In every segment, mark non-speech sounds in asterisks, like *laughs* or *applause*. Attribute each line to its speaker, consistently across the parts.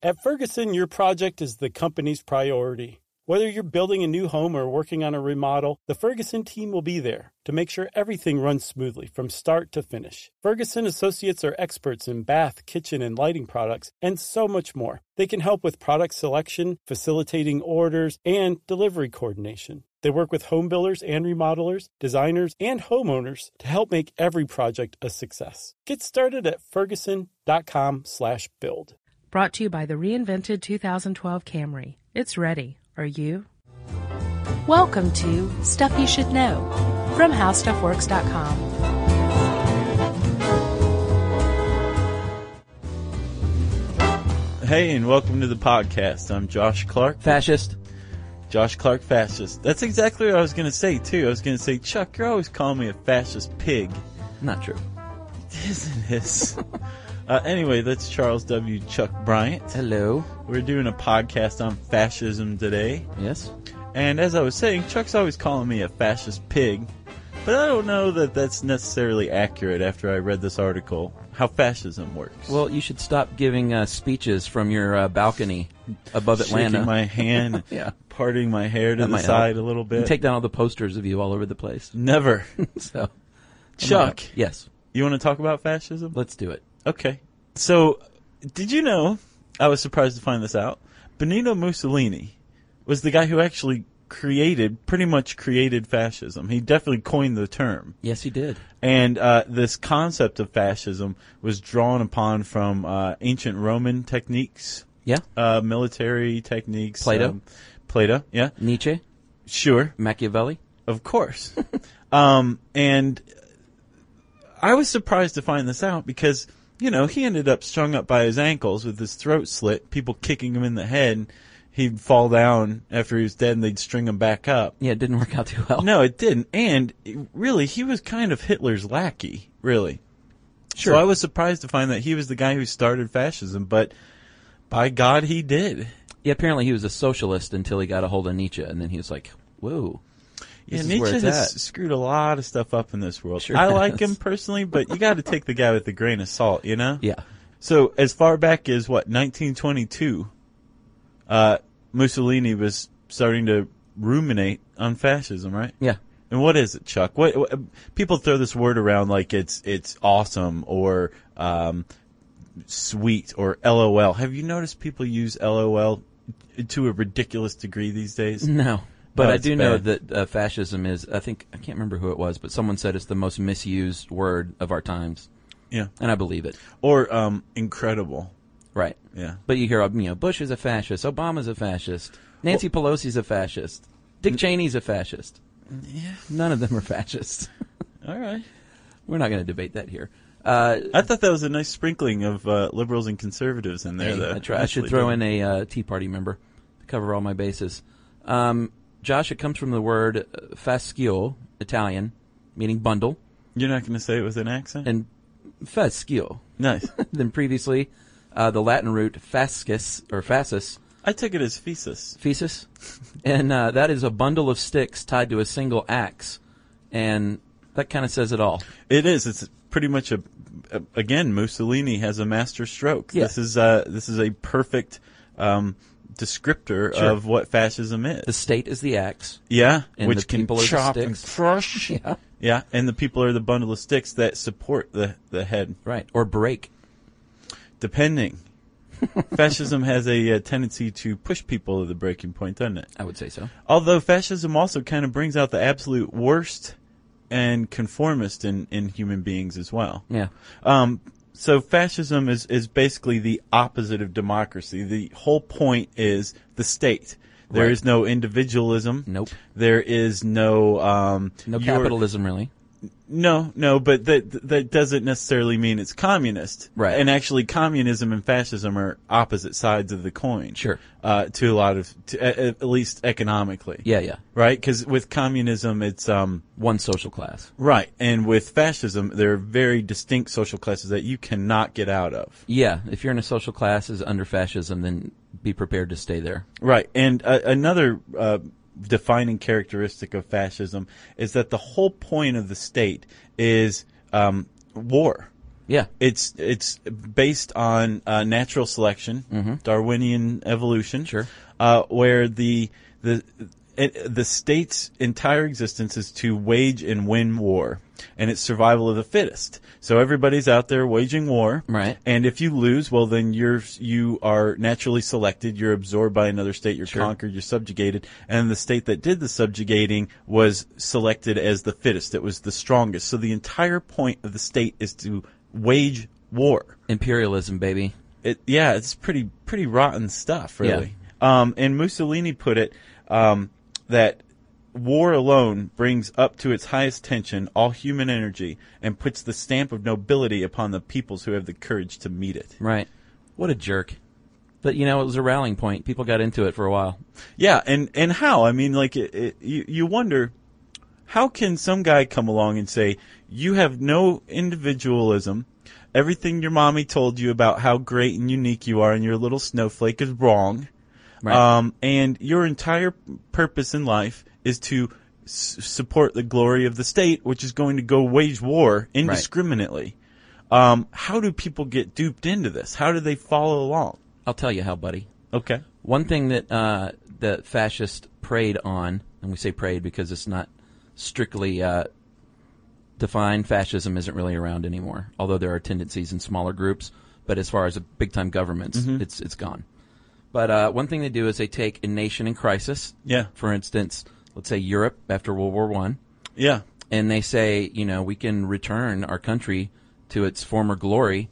Speaker 1: At Ferguson, your project is the company's priority. Whether you're building a new home or working on a remodel, the Ferguson team will be there to make sure everything runs smoothly from start to finish. Ferguson Associates are experts in bath, kitchen, and lighting products, and so much more. They can help with product selection, facilitating orders, and delivery coordination. They work with home builders and remodelers, designers, and homeowners to help make every project a success. Get started at ferguson.com/build.
Speaker 2: Brought to you by the reinvented 2012 Camry. It's ready. Are you? Welcome to Stuff You Should Know from HowStuffWorks.com.
Speaker 3: Hey, and welcome to the podcast. I'm Josh Clark.
Speaker 4: Fascist.
Speaker 3: Josh Clark, fascist. That's exactly what I was going to say, too. I was going to say, Chuck, you're always calling me a fascist pig.
Speaker 4: Not true.
Speaker 3: Isn't
Speaker 4: *laughs*
Speaker 3: this? uh, anyway, that's Charles W. Chuck Bryant.
Speaker 4: Hello.
Speaker 3: We're doing a podcast on fascism today.
Speaker 4: Yes.
Speaker 3: And as I was saying, Chuck's always calling me a fascist pig. But I don't know that that's necessarily accurate after I read this article. How fascism works.
Speaker 4: Well, you should stop giving uh, speeches from your uh, balcony above Atlanta.
Speaker 3: Shaking my hand,
Speaker 4: *laughs* Yeah.
Speaker 3: parting my hair to
Speaker 4: That
Speaker 3: the
Speaker 4: might
Speaker 3: side
Speaker 4: help.
Speaker 3: a little
Speaker 4: And
Speaker 3: bit.
Speaker 4: take down all the posters of you all over the place. *laughs*
Speaker 3: Never.
Speaker 4: so, I'm
Speaker 3: Chuck,
Speaker 4: out. Yes.
Speaker 3: you want to talk about fascism?
Speaker 4: Let's do it.
Speaker 3: Okay. So, did you know? I was surprised to find this out. Benito Mussolini was the guy who actually created, pretty much created fascism. He definitely coined the term.
Speaker 4: Yes, he did.
Speaker 3: And uh, this concept of fascism was drawn upon from uh, ancient Roman techniques,
Speaker 4: Yeah.
Speaker 3: uh, military techniques.
Speaker 4: Plato?
Speaker 3: um, Plato, yeah.
Speaker 4: Nietzsche,
Speaker 3: Sure.
Speaker 4: Machiavelli.
Speaker 3: Of course. *laughs* um, and I was surprised to find this out because, you know, he ended up strung up by his ankles with his throat slit, people kicking him in the head. He'd fall down after he was dead and they'd string him back up.
Speaker 4: Yeah, it didn't work out too well.
Speaker 3: No, it didn't. And it- really, he was kind of Hitler's lackey, really.
Speaker 4: Sure.
Speaker 3: So I was surprised to find that he was the guy who started fascism, but by God, he did.
Speaker 4: Yeah, apparently he was a socialist until he got a hold of Nietzsche, and then he was like, whoa.
Speaker 3: Yeah,
Speaker 4: This is
Speaker 3: Nietzsche
Speaker 4: where it's
Speaker 3: has
Speaker 4: at.
Speaker 3: screwed a lot of stuff up in this world.
Speaker 4: Sure
Speaker 3: I like
Speaker 4: has.
Speaker 3: him personally, but you got to take the guy with the grain of salt, you know?
Speaker 4: Yeah.
Speaker 3: So as far back as what 1922, uh, Mussolini was starting to ruminate on fascism, right?
Speaker 4: Yeah. *laughs*
Speaker 3: And what is it, Chuck? What, what people throw this word around like it's it's awesome or um, sweet or LOL. Have you noticed people use LOL to a ridiculous degree these days?
Speaker 4: No. But
Speaker 3: No,
Speaker 4: I
Speaker 3: it's
Speaker 4: do know
Speaker 3: bad.
Speaker 4: that uh, fascism is, I think, I can't remember who it was, but someone said it's the most misused word of our times.
Speaker 3: Yeah.
Speaker 4: And I believe it.
Speaker 3: Or um, incredible.
Speaker 4: Right.
Speaker 3: Yeah.
Speaker 4: But you hear, you know, Bush is a fascist, Obama's a fascist, Nancy Pelosi's a fascist, Dick Cheney's a fascist.
Speaker 3: Yeah.
Speaker 4: None of them are fascists. *laughs*
Speaker 3: All right.
Speaker 4: We're not going to debate that here. Uh,
Speaker 3: I thought that was a nice sprinkling of uh, liberals and conservatives in there,
Speaker 4: hey,
Speaker 3: though.
Speaker 4: I, try, I should
Speaker 3: Nicely
Speaker 4: throw
Speaker 3: done.
Speaker 4: in a uh, Tea Party member to cover all my bases. Um, Josh, it comes from the word uh, fascio, Italian, meaning bundle,
Speaker 3: You're not going to say it with an accent?
Speaker 4: and fascio. *laughs*
Speaker 3: nice.
Speaker 4: Then previously, uh, the Latin root fascis or fascis,
Speaker 3: I took it as thesis.
Speaker 4: thesis, and uh, that is a bundle of sticks tied to a single axe, and that kind of says it all.
Speaker 3: It is. It's pretty much a, a- again Mussolini has a master stroke.
Speaker 4: Yeah.
Speaker 3: This is uh this is a perfect um descriptor
Speaker 4: Sure.
Speaker 3: of what fascism is.
Speaker 4: The state is the axe.
Speaker 3: yeah,
Speaker 4: and
Speaker 3: which
Speaker 4: the
Speaker 3: can
Speaker 4: people are the
Speaker 3: chop and
Speaker 4: sticks.
Speaker 3: crush.
Speaker 4: *laughs* Yeah.
Speaker 3: yeah, and the people are the bundle of sticks that support the the head.
Speaker 4: Right. Or break. *laughs*
Speaker 3: Depending. Fascism has a uh, tendency to push people to the breaking point, doesn't it?
Speaker 4: I would say so.
Speaker 3: Although fascism also kind of brings out the absolute worst and conformist in, in human beings as well.
Speaker 4: Yeah.
Speaker 3: Um, so fascism is, is basically the opposite of democracy. The whole point is the state. There is
Speaker 4: Right.
Speaker 3: no individualism.
Speaker 4: Nope.
Speaker 3: There is no um,
Speaker 4: No
Speaker 3: your-
Speaker 4: capitalism, really.
Speaker 3: No, no, but that that doesn't necessarily mean it's communist.
Speaker 4: Right.
Speaker 3: And actually, communism and fascism are opposite sides of the coin.
Speaker 4: Sure.
Speaker 3: Uh, to a lot of, to, at, at least economically.
Speaker 4: Yeah, yeah.
Speaker 3: Right. Because with communism, it's um
Speaker 4: One social class.
Speaker 3: right, and with fascism, there are very distinct social classes that you cannot get out of.
Speaker 4: Yeah, if you're in a social class is under fascism, then be prepared to stay there.
Speaker 3: Right. And uh, another uh, defining characteristic of fascism is that the whole point of the state is um, war.
Speaker 4: Yeah.
Speaker 3: It's it's based on uh, natural selection, Darwinian evolution,
Speaker 4: Sure.
Speaker 3: uh, where the the it, the state's entire existence is to wage and win war, and it's survival of the fittest. So everybody's out there waging war,
Speaker 4: Right.
Speaker 3: And if you lose, well, then you're you are naturally selected. You're absorbed by another state. You're conquered. You're subjugated, and the state that did the subjugating was selected as the fittest. It was the strongest. So the entire point of the state is to wage war.
Speaker 4: Imperialism, baby.
Speaker 3: It, yeah, it's pretty pretty rotten stuff, really. Um, and Mussolini put it um, that war alone brings up to its highest tension all human energy and puts the stamp of nobility upon the peoples who have the courage to meet it.
Speaker 4: Right. What a jerk. But you know, it was a rallying point. People got into it for a while.
Speaker 3: Yeah, and and how? I mean, like, it, it, you you wonder how can some guy come along and say you have no individualism, everything your mommy told you about how great and unique you are, and your little snowflake is wrong,
Speaker 4: Right.
Speaker 3: um, and your entire purpose in life is to s- support the glory of the state, which is going to go wage war indiscriminately. Um, how do people get duped into this? How do they follow along?
Speaker 4: I'll tell you how, buddy.
Speaker 3: Okay.
Speaker 4: One thing that uh, the fascists preyed on, and we say preyed because it's not strictly uh, defined, fascism isn't really around anymore, although there are tendencies in smaller groups. But as far as a big time governments, it's, it's gone. But uh, one thing they do is they take a nation in crisis.
Speaker 3: Yeah.
Speaker 4: For instance, let's say Europe after World War One,
Speaker 3: Yeah.
Speaker 4: and they say, you know, we can return our country to its former glory.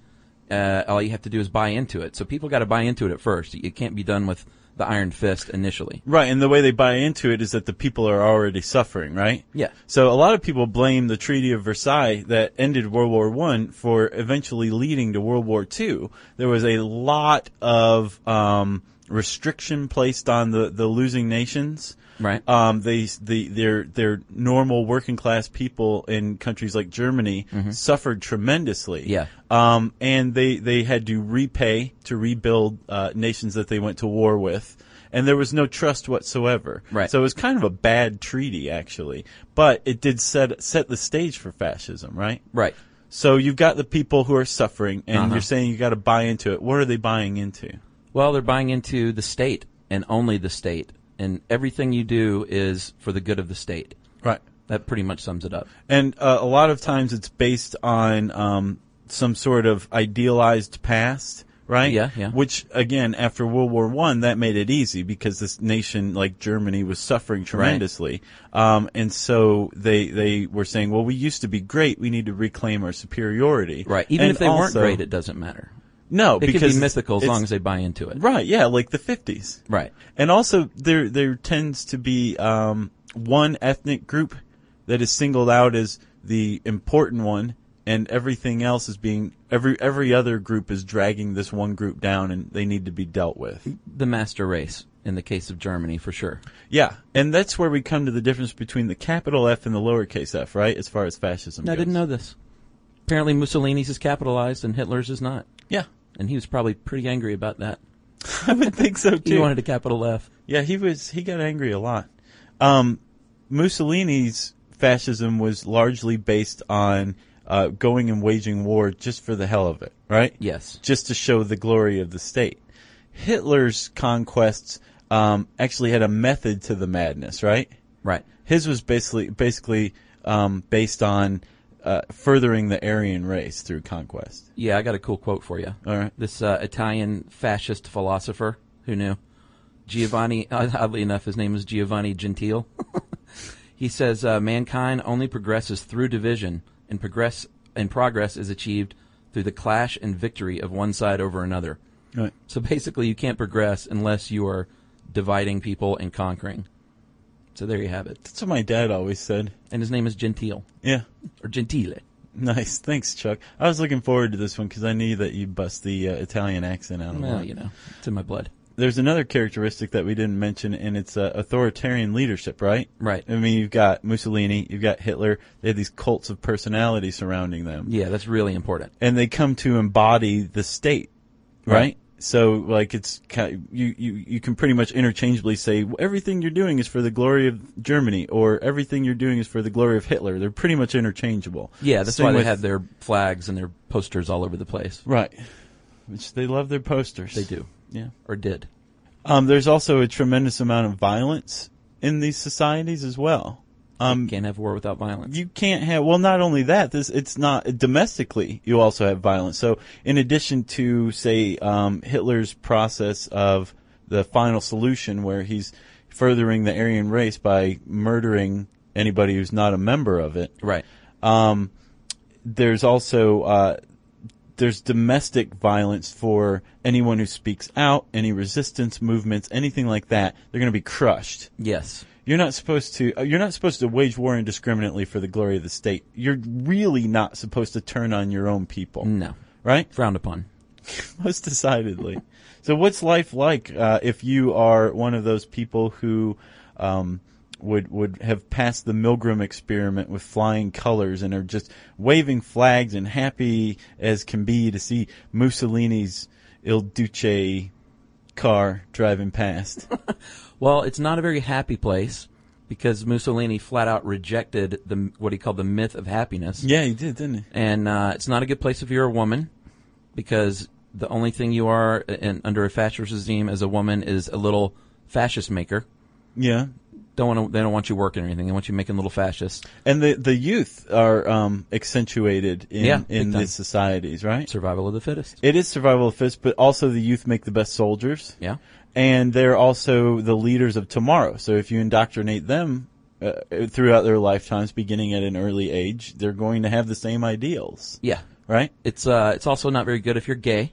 Speaker 4: Uh, all you have to do is buy into it. So people got to buy into it at first. It can't be done with the iron fist initially.
Speaker 3: Right, and the way they buy into it is that the people are already suffering, right?
Speaker 4: Yeah.
Speaker 3: So a lot of people blame the Treaty of Versailles that ended World War One for eventually leading to World War Two. There was a lot of um, restriction placed on the, the losing nations.
Speaker 4: Right.
Speaker 3: Um, they the their their normal working class people in countries like Germany suffered tremendously.
Speaker 4: Mm-hmm. Yeah.
Speaker 3: Um, and they, they had to repay to rebuild uh, nations that they went to war with. And there was no trust whatsoever.
Speaker 4: Right.
Speaker 3: So it was kind of a bad treaty, actually. But it did set, set the stage for fascism, right?
Speaker 4: Right.
Speaker 3: So you've got the people who are suffering, and you're saying you got to buy into it. What are they buying into?
Speaker 4: Well, they're buying into the state and only the state. And everything you do is for the good of the state.
Speaker 3: Right.
Speaker 4: That pretty much sums it up.
Speaker 3: And uh, a lot of times it's based on um, some sort of idealized past, right?
Speaker 4: Yeah, yeah.
Speaker 3: Which again, after World War One, that made it easy because this nation like Germany was suffering tremendously, um, and so they they were saying, well, we used to be great. We need to reclaim our superiority.
Speaker 4: Right. Even
Speaker 3: And
Speaker 4: if they weren't
Speaker 3: also-
Speaker 4: great, it doesn't matter.
Speaker 3: no,
Speaker 4: It could
Speaker 3: because
Speaker 4: be mythical as
Speaker 3: it's-
Speaker 4: long as they buy into it.
Speaker 3: right. Yeah, like the fifties.
Speaker 4: Right.
Speaker 3: And also, there there tends to be um, one ethnic group that is singled out as the important one, and everything else is being every every other group is dragging this one group down, and they need to be dealt with.
Speaker 4: The master race, in the case of Germany, for sure.
Speaker 3: Yeah, and that's where we come to the difference between the capital F and the lowercase f, right? As far as fascism
Speaker 4: No, I
Speaker 3: goes.
Speaker 4: didn't know this. Apparently, Mussolini's is capitalized and Hitler's is not.
Speaker 3: Yeah, *laughs*
Speaker 4: And he was probably pretty angry about that.
Speaker 3: I would think so
Speaker 4: He
Speaker 3: too.
Speaker 4: wanted a capital F.
Speaker 3: Yeah, he was. He got angry a lot. Um, Mussolini's fascism was largely based on uh, going and waging war just for the hell of it, right?
Speaker 4: Yes.
Speaker 3: Just to show the glory of the state. Hitler's conquests um, actually had a method to the madness, right?
Speaker 4: Right.
Speaker 3: His was basically basically um, based on uh, furthering the Aryan race through conquest.
Speaker 4: Yeah, I got a cool quote for you.
Speaker 3: All right.
Speaker 4: This uh, Italian fascist philosopher, who knew? Giovanni, uh, oddly enough, his name is Giovanni Gentile. *laughs* he says, uh, mankind only progresses through division, and progress and progress is achieved through the clash and victory of one side over another.
Speaker 3: Right.
Speaker 4: So basically, you can't progress unless you are dividing people and conquering. So there you have it.
Speaker 3: That's what my dad always said.
Speaker 4: And his name is Gentile
Speaker 3: Yeah.
Speaker 4: or Gentile.
Speaker 3: *laughs* Nice. Thanks, Chuck. I was looking forward to this one because I knew that you bust the uh, Italian accent out a
Speaker 4: Well,
Speaker 3: lot.
Speaker 4: you know, it's in my blood.
Speaker 3: There's another characteristic that we didn't mention, and it's uh, authoritarian leadership, right?
Speaker 4: Right.
Speaker 3: I mean, you've got Mussolini, you've got Hitler. They have these cults of personality surrounding them,
Speaker 4: Yeah, that's really important.
Speaker 3: and they come to embody the state, right?
Speaker 4: Right.
Speaker 3: So, like, it's ki you, you you can pretty much interchangeably say everything you're doing is for the glory of Germany, or everything you're doing is for the glory of Hitler. They're pretty much interchangeable.
Speaker 4: Yeah, that's
Speaker 3: Same
Speaker 4: why they
Speaker 3: with-
Speaker 4: have their flags and their posters all over the place.
Speaker 3: Right. Which they love their posters.
Speaker 4: They do,
Speaker 3: Yeah.
Speaker 4: or did.
Speaker 3: Um, there's also a tremendous amount of violence in these societies as well. Um,
Speaker 4: Can't have war without violence.
Speaker 3: you can't have well not only that this it's not domestically you also have violence so in addition to say um, hitler's process of the final solution where he's furthering the aryan race by murdering anybody who's not a member of it
Speaker 4: Right.
Speaker 3: there's also uh, there's domestic violence for anyone who speaks out, any resistance movements, anything like that. They're going to be crushed.
Speaker 4: Yes.
Speaker 3: You're not supposed to. uh, You're not supposed to wage war indiscriminately for the glory of the state. You're really not supposed to turn on your own people,
Speaker 4: No.
Speaker 3: right?
Speaker 4: Frowned upon.
Speaker 3: *laughs* Most decidedly. so, what's life like uh, if you are one of those people who um, would would have passed the Milgram experiment with flying colors and are just waving flags and happy as can be to see Mussolini's Il Duce car driving
Speaker 4: *laughs*
Speaker 3: past?
Speaker 4: Well, it's not a very happy place because Mussolini flat out rejected the what he called the myth of happiness.
Speaker 3: yeah, he did, didn't he?
Speaker 4: and uh, it's not a good place if you're a woman because the only thing you are in, under a fascist regime as a woman is a little fascist maker.
Speaker 3: Yeah.
Speaker 4: Don't want to. They don't want you working or anything. They want you making little fascists.
Speaker 3: And the, the youth are um, accentuated in,
Speaker 4: Yeah, big
Speaker 3: in
Speaker 4: time.
Speaker 3: these societies, right?
Speaker 4: Survival of the fittest.
Speaker 3: It is survival of the fittest, but also the youth make the best soldiers.
Speaker 4: Yeah.
Speaker 3: and they're also the leaders of tomorrow. So if you indoctrinate them uh, throughout their lifetimes, beginning at an early age, they're going to have the same ideals,
Speaker 4: Yeah.
Speaker 3: right? *laughs*
Speaker 4: It's uh. It's also not very good if you're gay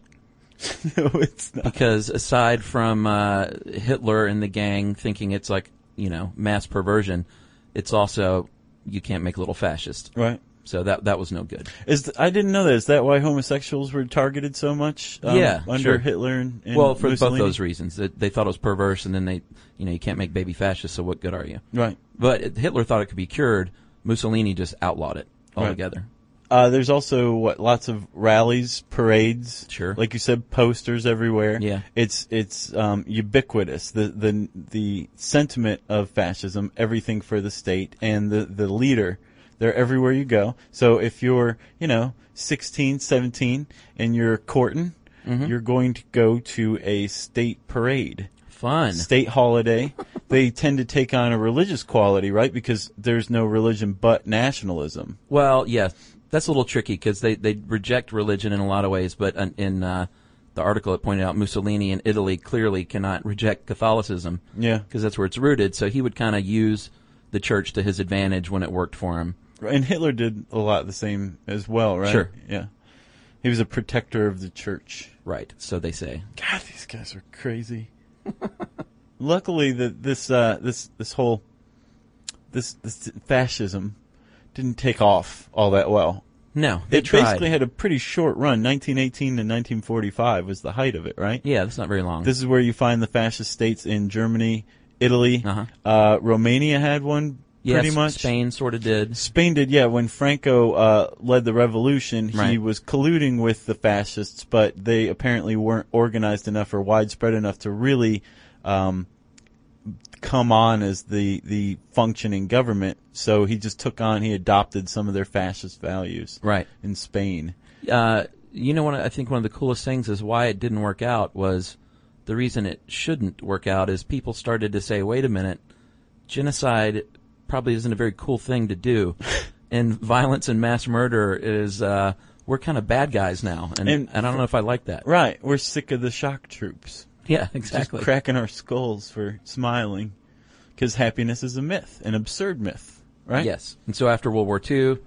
Speaker 3: no, it's not.
Speaker 4: because aside from uh, Hitler and the gang thinking it's like you know mass perversion, it's also you can't make little fascists.
Speaker 3: Right.
Speaker 4: So that that was no good.
Speaker 3: Is th- I didn't know that. Is that why homosexuals were targeted so much? um,
Speaker 4: Yeah,
Speaker 3: under
Speaker 4: sure.
Speaker 3: Hitler and, and
Speaker 4: well, for
Speaker 3: Mussolini?
Speaker 4: both those reasons, that they thought it was perverse, and then they, you know, you can't make baby fascists, so what good are you?
Speaker 3: Right.
Speaker 4: But Hitler thought it could be cured. Mussolini just outlawed it altogether.
Speaker 3: Uh, there's also what lots of rallies, parades.
Speaker 4: Sure.
Speaker 3: Like you said, posters everywhere.
Speaker 4: Yeah.
Speaker 3: It's it's um, ubiquitous. The the the sentiment of fascism, everything for the state and the the leader. They're everywhere you go. So if you're you know 16, 17, and you're courting,
Speaker 4: Mm-hmm.
Speaker 3: you're going to go to a state parade
Speaker 4: Fun.
Speaker 3: state holiday. they tend to take on a religious quality, right? Because there's no religion but nationalism.
Speaker 4: Well, yeah, that's a little tricky because they, they reject religion in a lot of ways, but in, in uh, the article it pointed out Mussolini in Italy clearly cannot reject Catholicism.
Speaker 3: Yeah.
Speaker 4: Because that's where it's rooted. So he would kind of use the church to his advantage when it worked for him.
Speaker 3: And Hitler did a lot the same as well, right?
Speaker 4: Sure.
Speaker 3: Yeah. He was a protector of the church.
Speaker 4: Right. So they say.
Speaker 3: God, these guys are crazy. *laughs* Luckily, that this uh, this this whole this this fascism didn't take off all that well.
Speaker 4: No. They
Speaker 3: it
Speaker 4: tried.
Speaker 3: basically had a pretty short run. 1918 to 1945 was the height of it, right?
Speaker 4: yeah, that's not very long.
Speaker 3: This is where you find the fascist states in Germany, Italy,
Speaker 4: Uh-huh.
Speaker 3: uh, Romania had one
Speaker 4: yeah,
Speaker 3: pretty
Speaker 4: S-
Speaker 3: much.
Speaker 4: Spain sort of did.
Speaker 3: Spain did, yeah. When Franco uh, led the revolution, he
Speaker 4: Right.
Speaker 3: was colluding with the fascists, but they apparently weren't organized enough or widespread enough to really um, come on as the the functioning government. So he just took on, he adopted some of their fascist values
Speaker 4: Right.
Speaker 3: in Spain.
Speaker 4: Uh, you know what I think one of the coolest things is why it didn't work out was the reason it shouldn't work out is people started to say, wait a minute, genocide probably isn't a very cool thing
Speaker 3: *laughs*
Speaker 4: to do, and violence and mass murder is uh, we're kind of bad guys now, and,
Speaker 3: And-
Speaker 4: and I don't know if I like that.
Speaker 3: Right, we're sick of the shock troops.
Speaker 4: Yeah,
Speaker 3: Just
Speaker 4: exactly.
Speaker 3: cracking our skulls for smiling because happiness is a myth, an absurd myth, right?
Speaker 4: Yes, and so after World War II,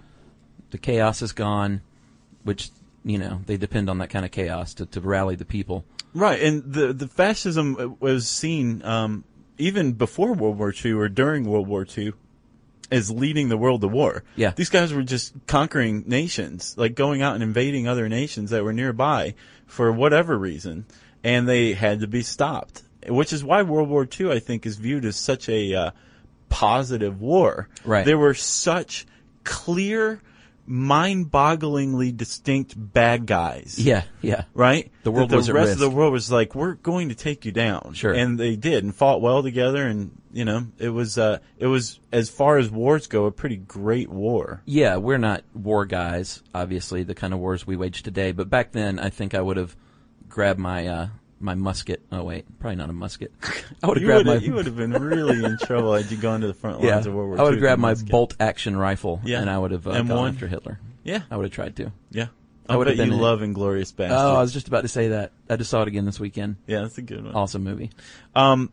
Speaker 4: the chaos is gone, which you know they depend on that kind of chaos to, to rally the people.
Speaker 3: Right, and the the fascism was uh, seen um, even before World War II or during World War II, as leading the world to war.
Speaker 4: Yeah.
Speaker 3: These guys were just conquering nations, like going out and invading other nations that were nearby for whatever reason, and they had to be stopped. Which is why World War II, I think, is viewed as such a uh, positive war.
Speaker 4: Right.
Speaker 3: There were such clear, mind-bogglingly distinct bad guys.
Speaker 4: Yeah, yeah.
Speaker 3: Right?
Speaker 4: The world
Speaker 3: That the
Speaker 4: was at
Speaker 3: rest
Speaker 4: risk.
Speaker 3: of the world was like, we're going to take you down.
Speaker 4: Sure.
Speaker 3: And they did and fought well together and, you know, it was, uh, it was, as far as wars go, a pretty great war.
Speaker 4: Yeah, we're not war guys, obviously, the kind of wars we wage today. But back then, I think I would have grabbed my uh, my musket. Oh, wait, probably not a musket. *laughs* I would have
Speaker 3: You
Speaker 4: grabbed
Speaker 3: would,
Speaker 4: my.
Speaker 3: have, you would have been really in trouble had you gone to the front
Speaker 4: yeah,
Speaker 3: lines of World War
Speaker 4: I would
Speaker 3: II
Speaker 4: have grabbed
Speaker 3: with
Speaker 4: my
Speaker 3: a musket.
Speaker 4: bolt action rifle
Speaker 3: Yeah.
Speaker 4: and I would have uh,
Speaker 3: M1.
Speaker 4: gone after Hitler.
Speaker 3: Yeah.
Speaker 4: I would have tried to.
Speaker 3: Yeah.
Speaker 4: I
Speaker 3: I,
Speaker 4: would have
Speaker 3: bet
Speaker 4: been
Speaker 3: you
Speaker 4: in it.
Speaker 3: love Inglorious Bastards.
Speaker 4: Oh, I was just about to say that. I just saw it again this weekend.
Speaker 3: yeah, that's a good one.
Speaker 4: Awesome movie.
Speaker 3: Um,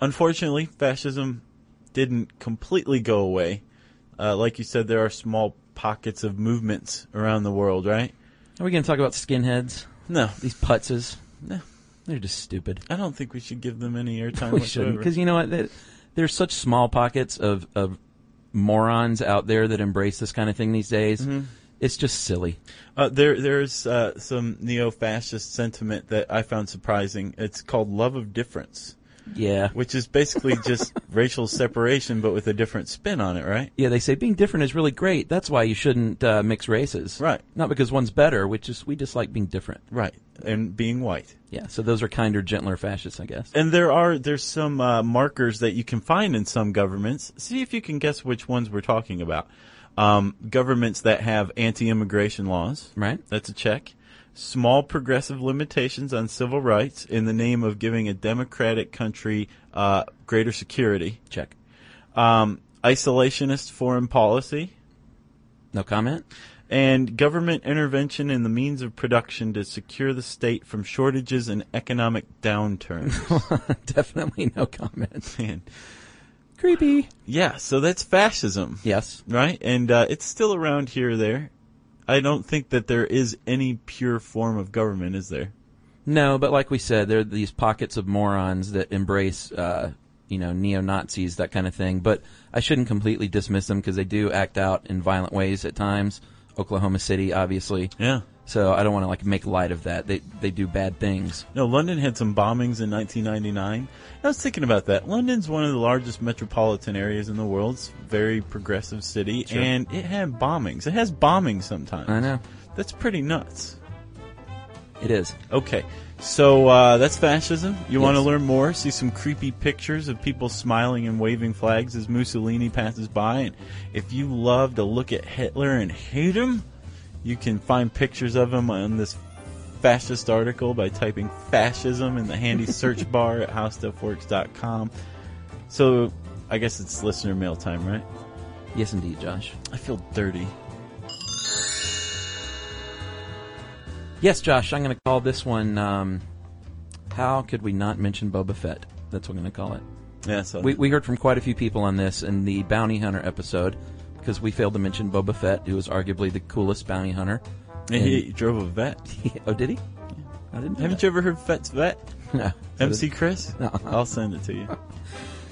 Speaker 3: unfortunately, fascism didn't completely go away. Uh, like you said, there are small pockets of movements around the world, right?
Speaker 4: Are we going to talk about skinheads?
Speaker 3: No,
Speaker 4: These putzes?
Speaker 3: No.
Speaker 4: They're just stupid.
Speaker 3: I don't think we should give them any airtime.
Speaker 4: *laughs* We shouldn't,
Speaker 3: whatsoever.
Speaker 4: because you know what? There- There's such small pockets of, of morons out there that embrace this kind of thing these days. It's just silly.
Speaker 3: Uh, there, there's uh, some neo-fascist sentiment that I found surprising. It's called love of difference,
Speaker 4: Yeah.
Speaker 3: which is
Speaker 4: *laughs*
Speaker 3: basically just racial separation, but with a different spin on it, right?
Speaker 4: Yeah, they say being different is really great. That's why you shouldn't uh, mix races.
Speaker 3: Right.
Speaker 4: Not because one's better, which is we just like being different.
Speaker 3: Right, and being white.
Speaker 4: Yeah, so those are kinder, gentler fascists, I guess.
Speaker 3: And there are there's some uh, markers that you can find in some governments. See if you can guess which ones we're talking about. Um, governments that have anti-immigration laws.
Speaker 4: Right.
Speaker 3: That's a check. Small progressive limitations on civil rights in the name of giving a democratic country uh, greater security.
Speaker 4: Check.
Speaker 3: Um, isolationist foreign policy
Speaker 4: No comment? *laughs*
Speaker 3: and government intervention in the means of production to secure the state from shortages and economic downturns. *laughs*
Speaker 4: Definitely no comment.
Speaker 3: Man.
Speaker 4: Creepy.
Speaker 3: Yeah, so that's fascism.
Speaker 4: Yes.
Speaker 3: right? And uh, it's still around here or there. I don't think that there is any pure form of government, is there?
Speaker 4: No, but like we said, there are these pockets of morons that embrace, uh, you know, neo Nazis, that kind of thing. But I shouldn't completely dismiss them because they do act out in violent ways at times. Oklahoma City, obviously.
Speaker 3: Yeah.
Speaker 4: So I don't want to like make light of that. They they do bad things.
Speaker 3: No, London had some bombings in 1999. I was thinking about that. London's one of the largest metropolitan areas in the world. It's a very progressive city,
Speaker 4: Sure.
Speaker 3: and it had bombings. It has bombings sometimes.
Speaker 4: I know
Speaker 3: That's pretty nuts.
Speaker 4: it is.
Speaker 3: Okay, so uh, that's fascism. You want to
Speaker 4: Yes.
Speaker 3: learn more? See some creepy pictures of people smiling and waving flags as Mussolini passes by. And if you love to look at Hitler and hate him, you can find pictures of him on this fascist article by typing fascism in the *laughs* handy search bar at howstuffworks.com. So I guess it's listener mail time, right?
Speaker 4: Yes, indeed, Josh.
Speaker 3: I feel dirty.
Speaker 4: Yes, Josh. I'm going to call this one. Um, how could we not mention Boba Fett? That's what I'm going to call it.
Speaker 3: Yeah, so
Speaker 4: We, we heard from quite a few people on this in the bounty hunter episode because we failed to mention Boba Fett, who was arguably the coolest bounty hunter. *laughs*
Speaker 3: and he drove a vet.
Speaker 4: oh, did he? I didn't. know
Speaker 3: Haven't
Speaker 4: that.
Speaker 3: you ever heard Fett's Vet?
Speaker 4: No.
Speaker 3: MC Chris? I'll send it to you.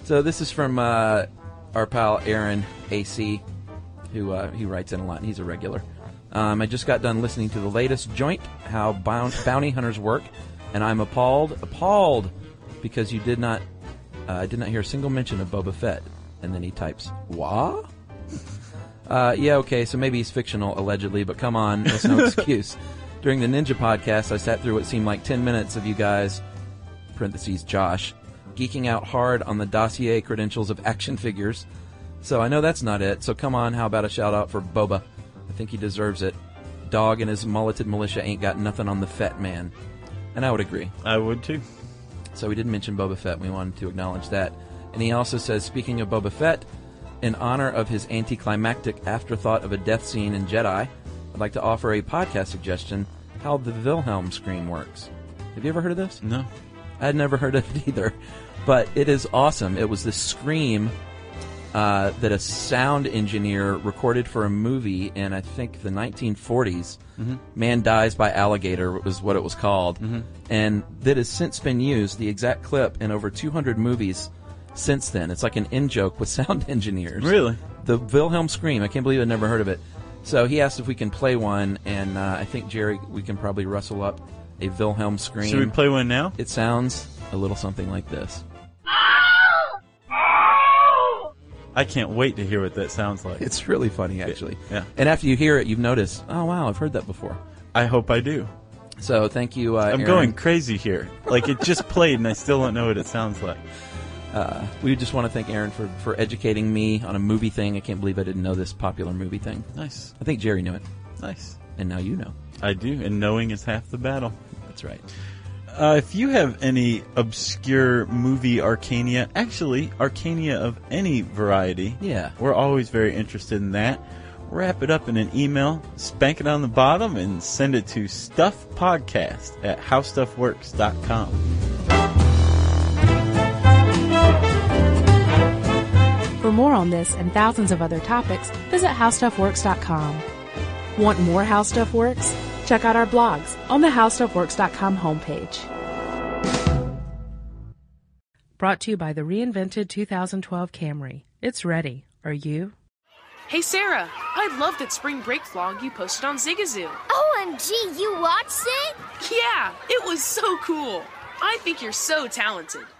Speaker 4: So this is from uh, our pal Aaron AC, who uh, he writes in a lot. and He's a regular. Um, I just got done listening to the latest joint, how boun- bounty hunters work, and I'm appalled, appalled, because you did not, uh, I did not hear a single mention of Boba Fett. And then he types, "Wah." *laughs* Uh, yeah, okay, so maybe he's fictional, allegedly, but come on, that's no excuse. During the Ninja podcast, I sat through what seemed like 10 minutes of you guys parentheses Josh, geeking out hard on the dossier credentials of action figures. So I know that's not it. So come on, how about a shout out for Boba? I think he deserves it. Dog and his mulleted militia ain't got nothing on the Fett man, and I would agree.
Speaker 3: I would too.
Speaker 4: So we did mention Boba Fett. We wanted to acknowledge that. And he also says, speaking of Boba Fett, in honor of his anticlimactic afterthought of a death scene in Jedi, I'd like to offer a podcast suggestion: how the Wilhelm scream works. Have you ever heard of this?
Speaker 3: No.
Speaker 4: I'd never heard of it either, but it is awesome. It was this scream uh, that a sound engineer recorded for a movie in I think the 1940s.
Speaker 3: Mm-hmm.
Speaker 4: Man dies by alligator was what it was called, and that has since been used the exact clip in over 200 movies since then. It's like an in joke with *laughs* sound engineers.
Speaker 3: Really?
Speaker 4: The Wilhelm scream. I can't believe I never heard of it. So he asked if we can play one, and uh, I think Jerry, we can probably rustle up a Wilhelm scream.
Speaker 3: Should we play one now?
Speaker 4: It sounds a little something like this.
Speaker 3: I can't wait to hear what that sounds like.
Speaker 4: It's really funny, actually.
Speaker 3: Yeah.
Speaker 4: And after you hear it, you've noticed, oh wow, I've heard that before.
Speaker 3: I hope I do.
Speaker 4: So thank you. Uh,
Speaker 3: I'm
Speaker 4: Aaron.
Speaker 3: going crazy here. Like it just played, and I still don't know what it sounds like.
Speaker 4: We just want to thank Aaron for, for educating me on a movie thing. I can't believe I didn't know this popular movie thing.
Speaker 3: Nice,
Speaker 4: I think Jerry knew it,
Speaker 3: nice.
Speaker 4: and now you know.
Speaker 3: I do, and knowing is half the battle.
Speaker 4: That's right.
Speaker 3: Uh, if you have any obscure movie arcania, actually arcania of any variety,
Speaker 4: Yeah.
Speaker 3: we're always very interested in that. Wrap it up in an email, spank it on the bottom, and send it to stuffpodcast at howstuffworks.com.
Speaker 2: For more on this and thousands of other topics, visit howstuffworks.com. Want more How Stuff Works? Check out our blogs on the howstuffworks.com homepage. Brought to you by the reinvented 2012 Camry. It's ready. Are you?
Speaker 5: Hey Sarah, I love that spring break vlog you posted on Zigazoo.
Speaker 6: OMG, you watched it?
Speaker 5: Yeah, it was so cool. I think you're so talented.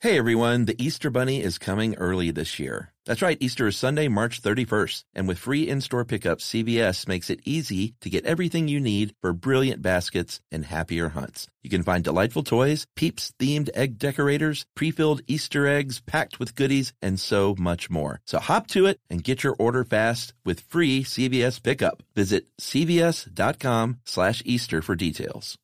Speaker 7: Hey everyone, the Easter Bunny is coming early this year. That's right, Easter is Sunday, March 31st, and with free in-store pickup, CVS makes it easy to get everything you need for brilliant baskets and happier hunts. You can find delightful toys, Peeps themed egg decorators, pre-filled Easter eggs packed with goodies, and so much more. So hop to it and get your order fast with free CVS pickup. Visit cvs.com/easter for details.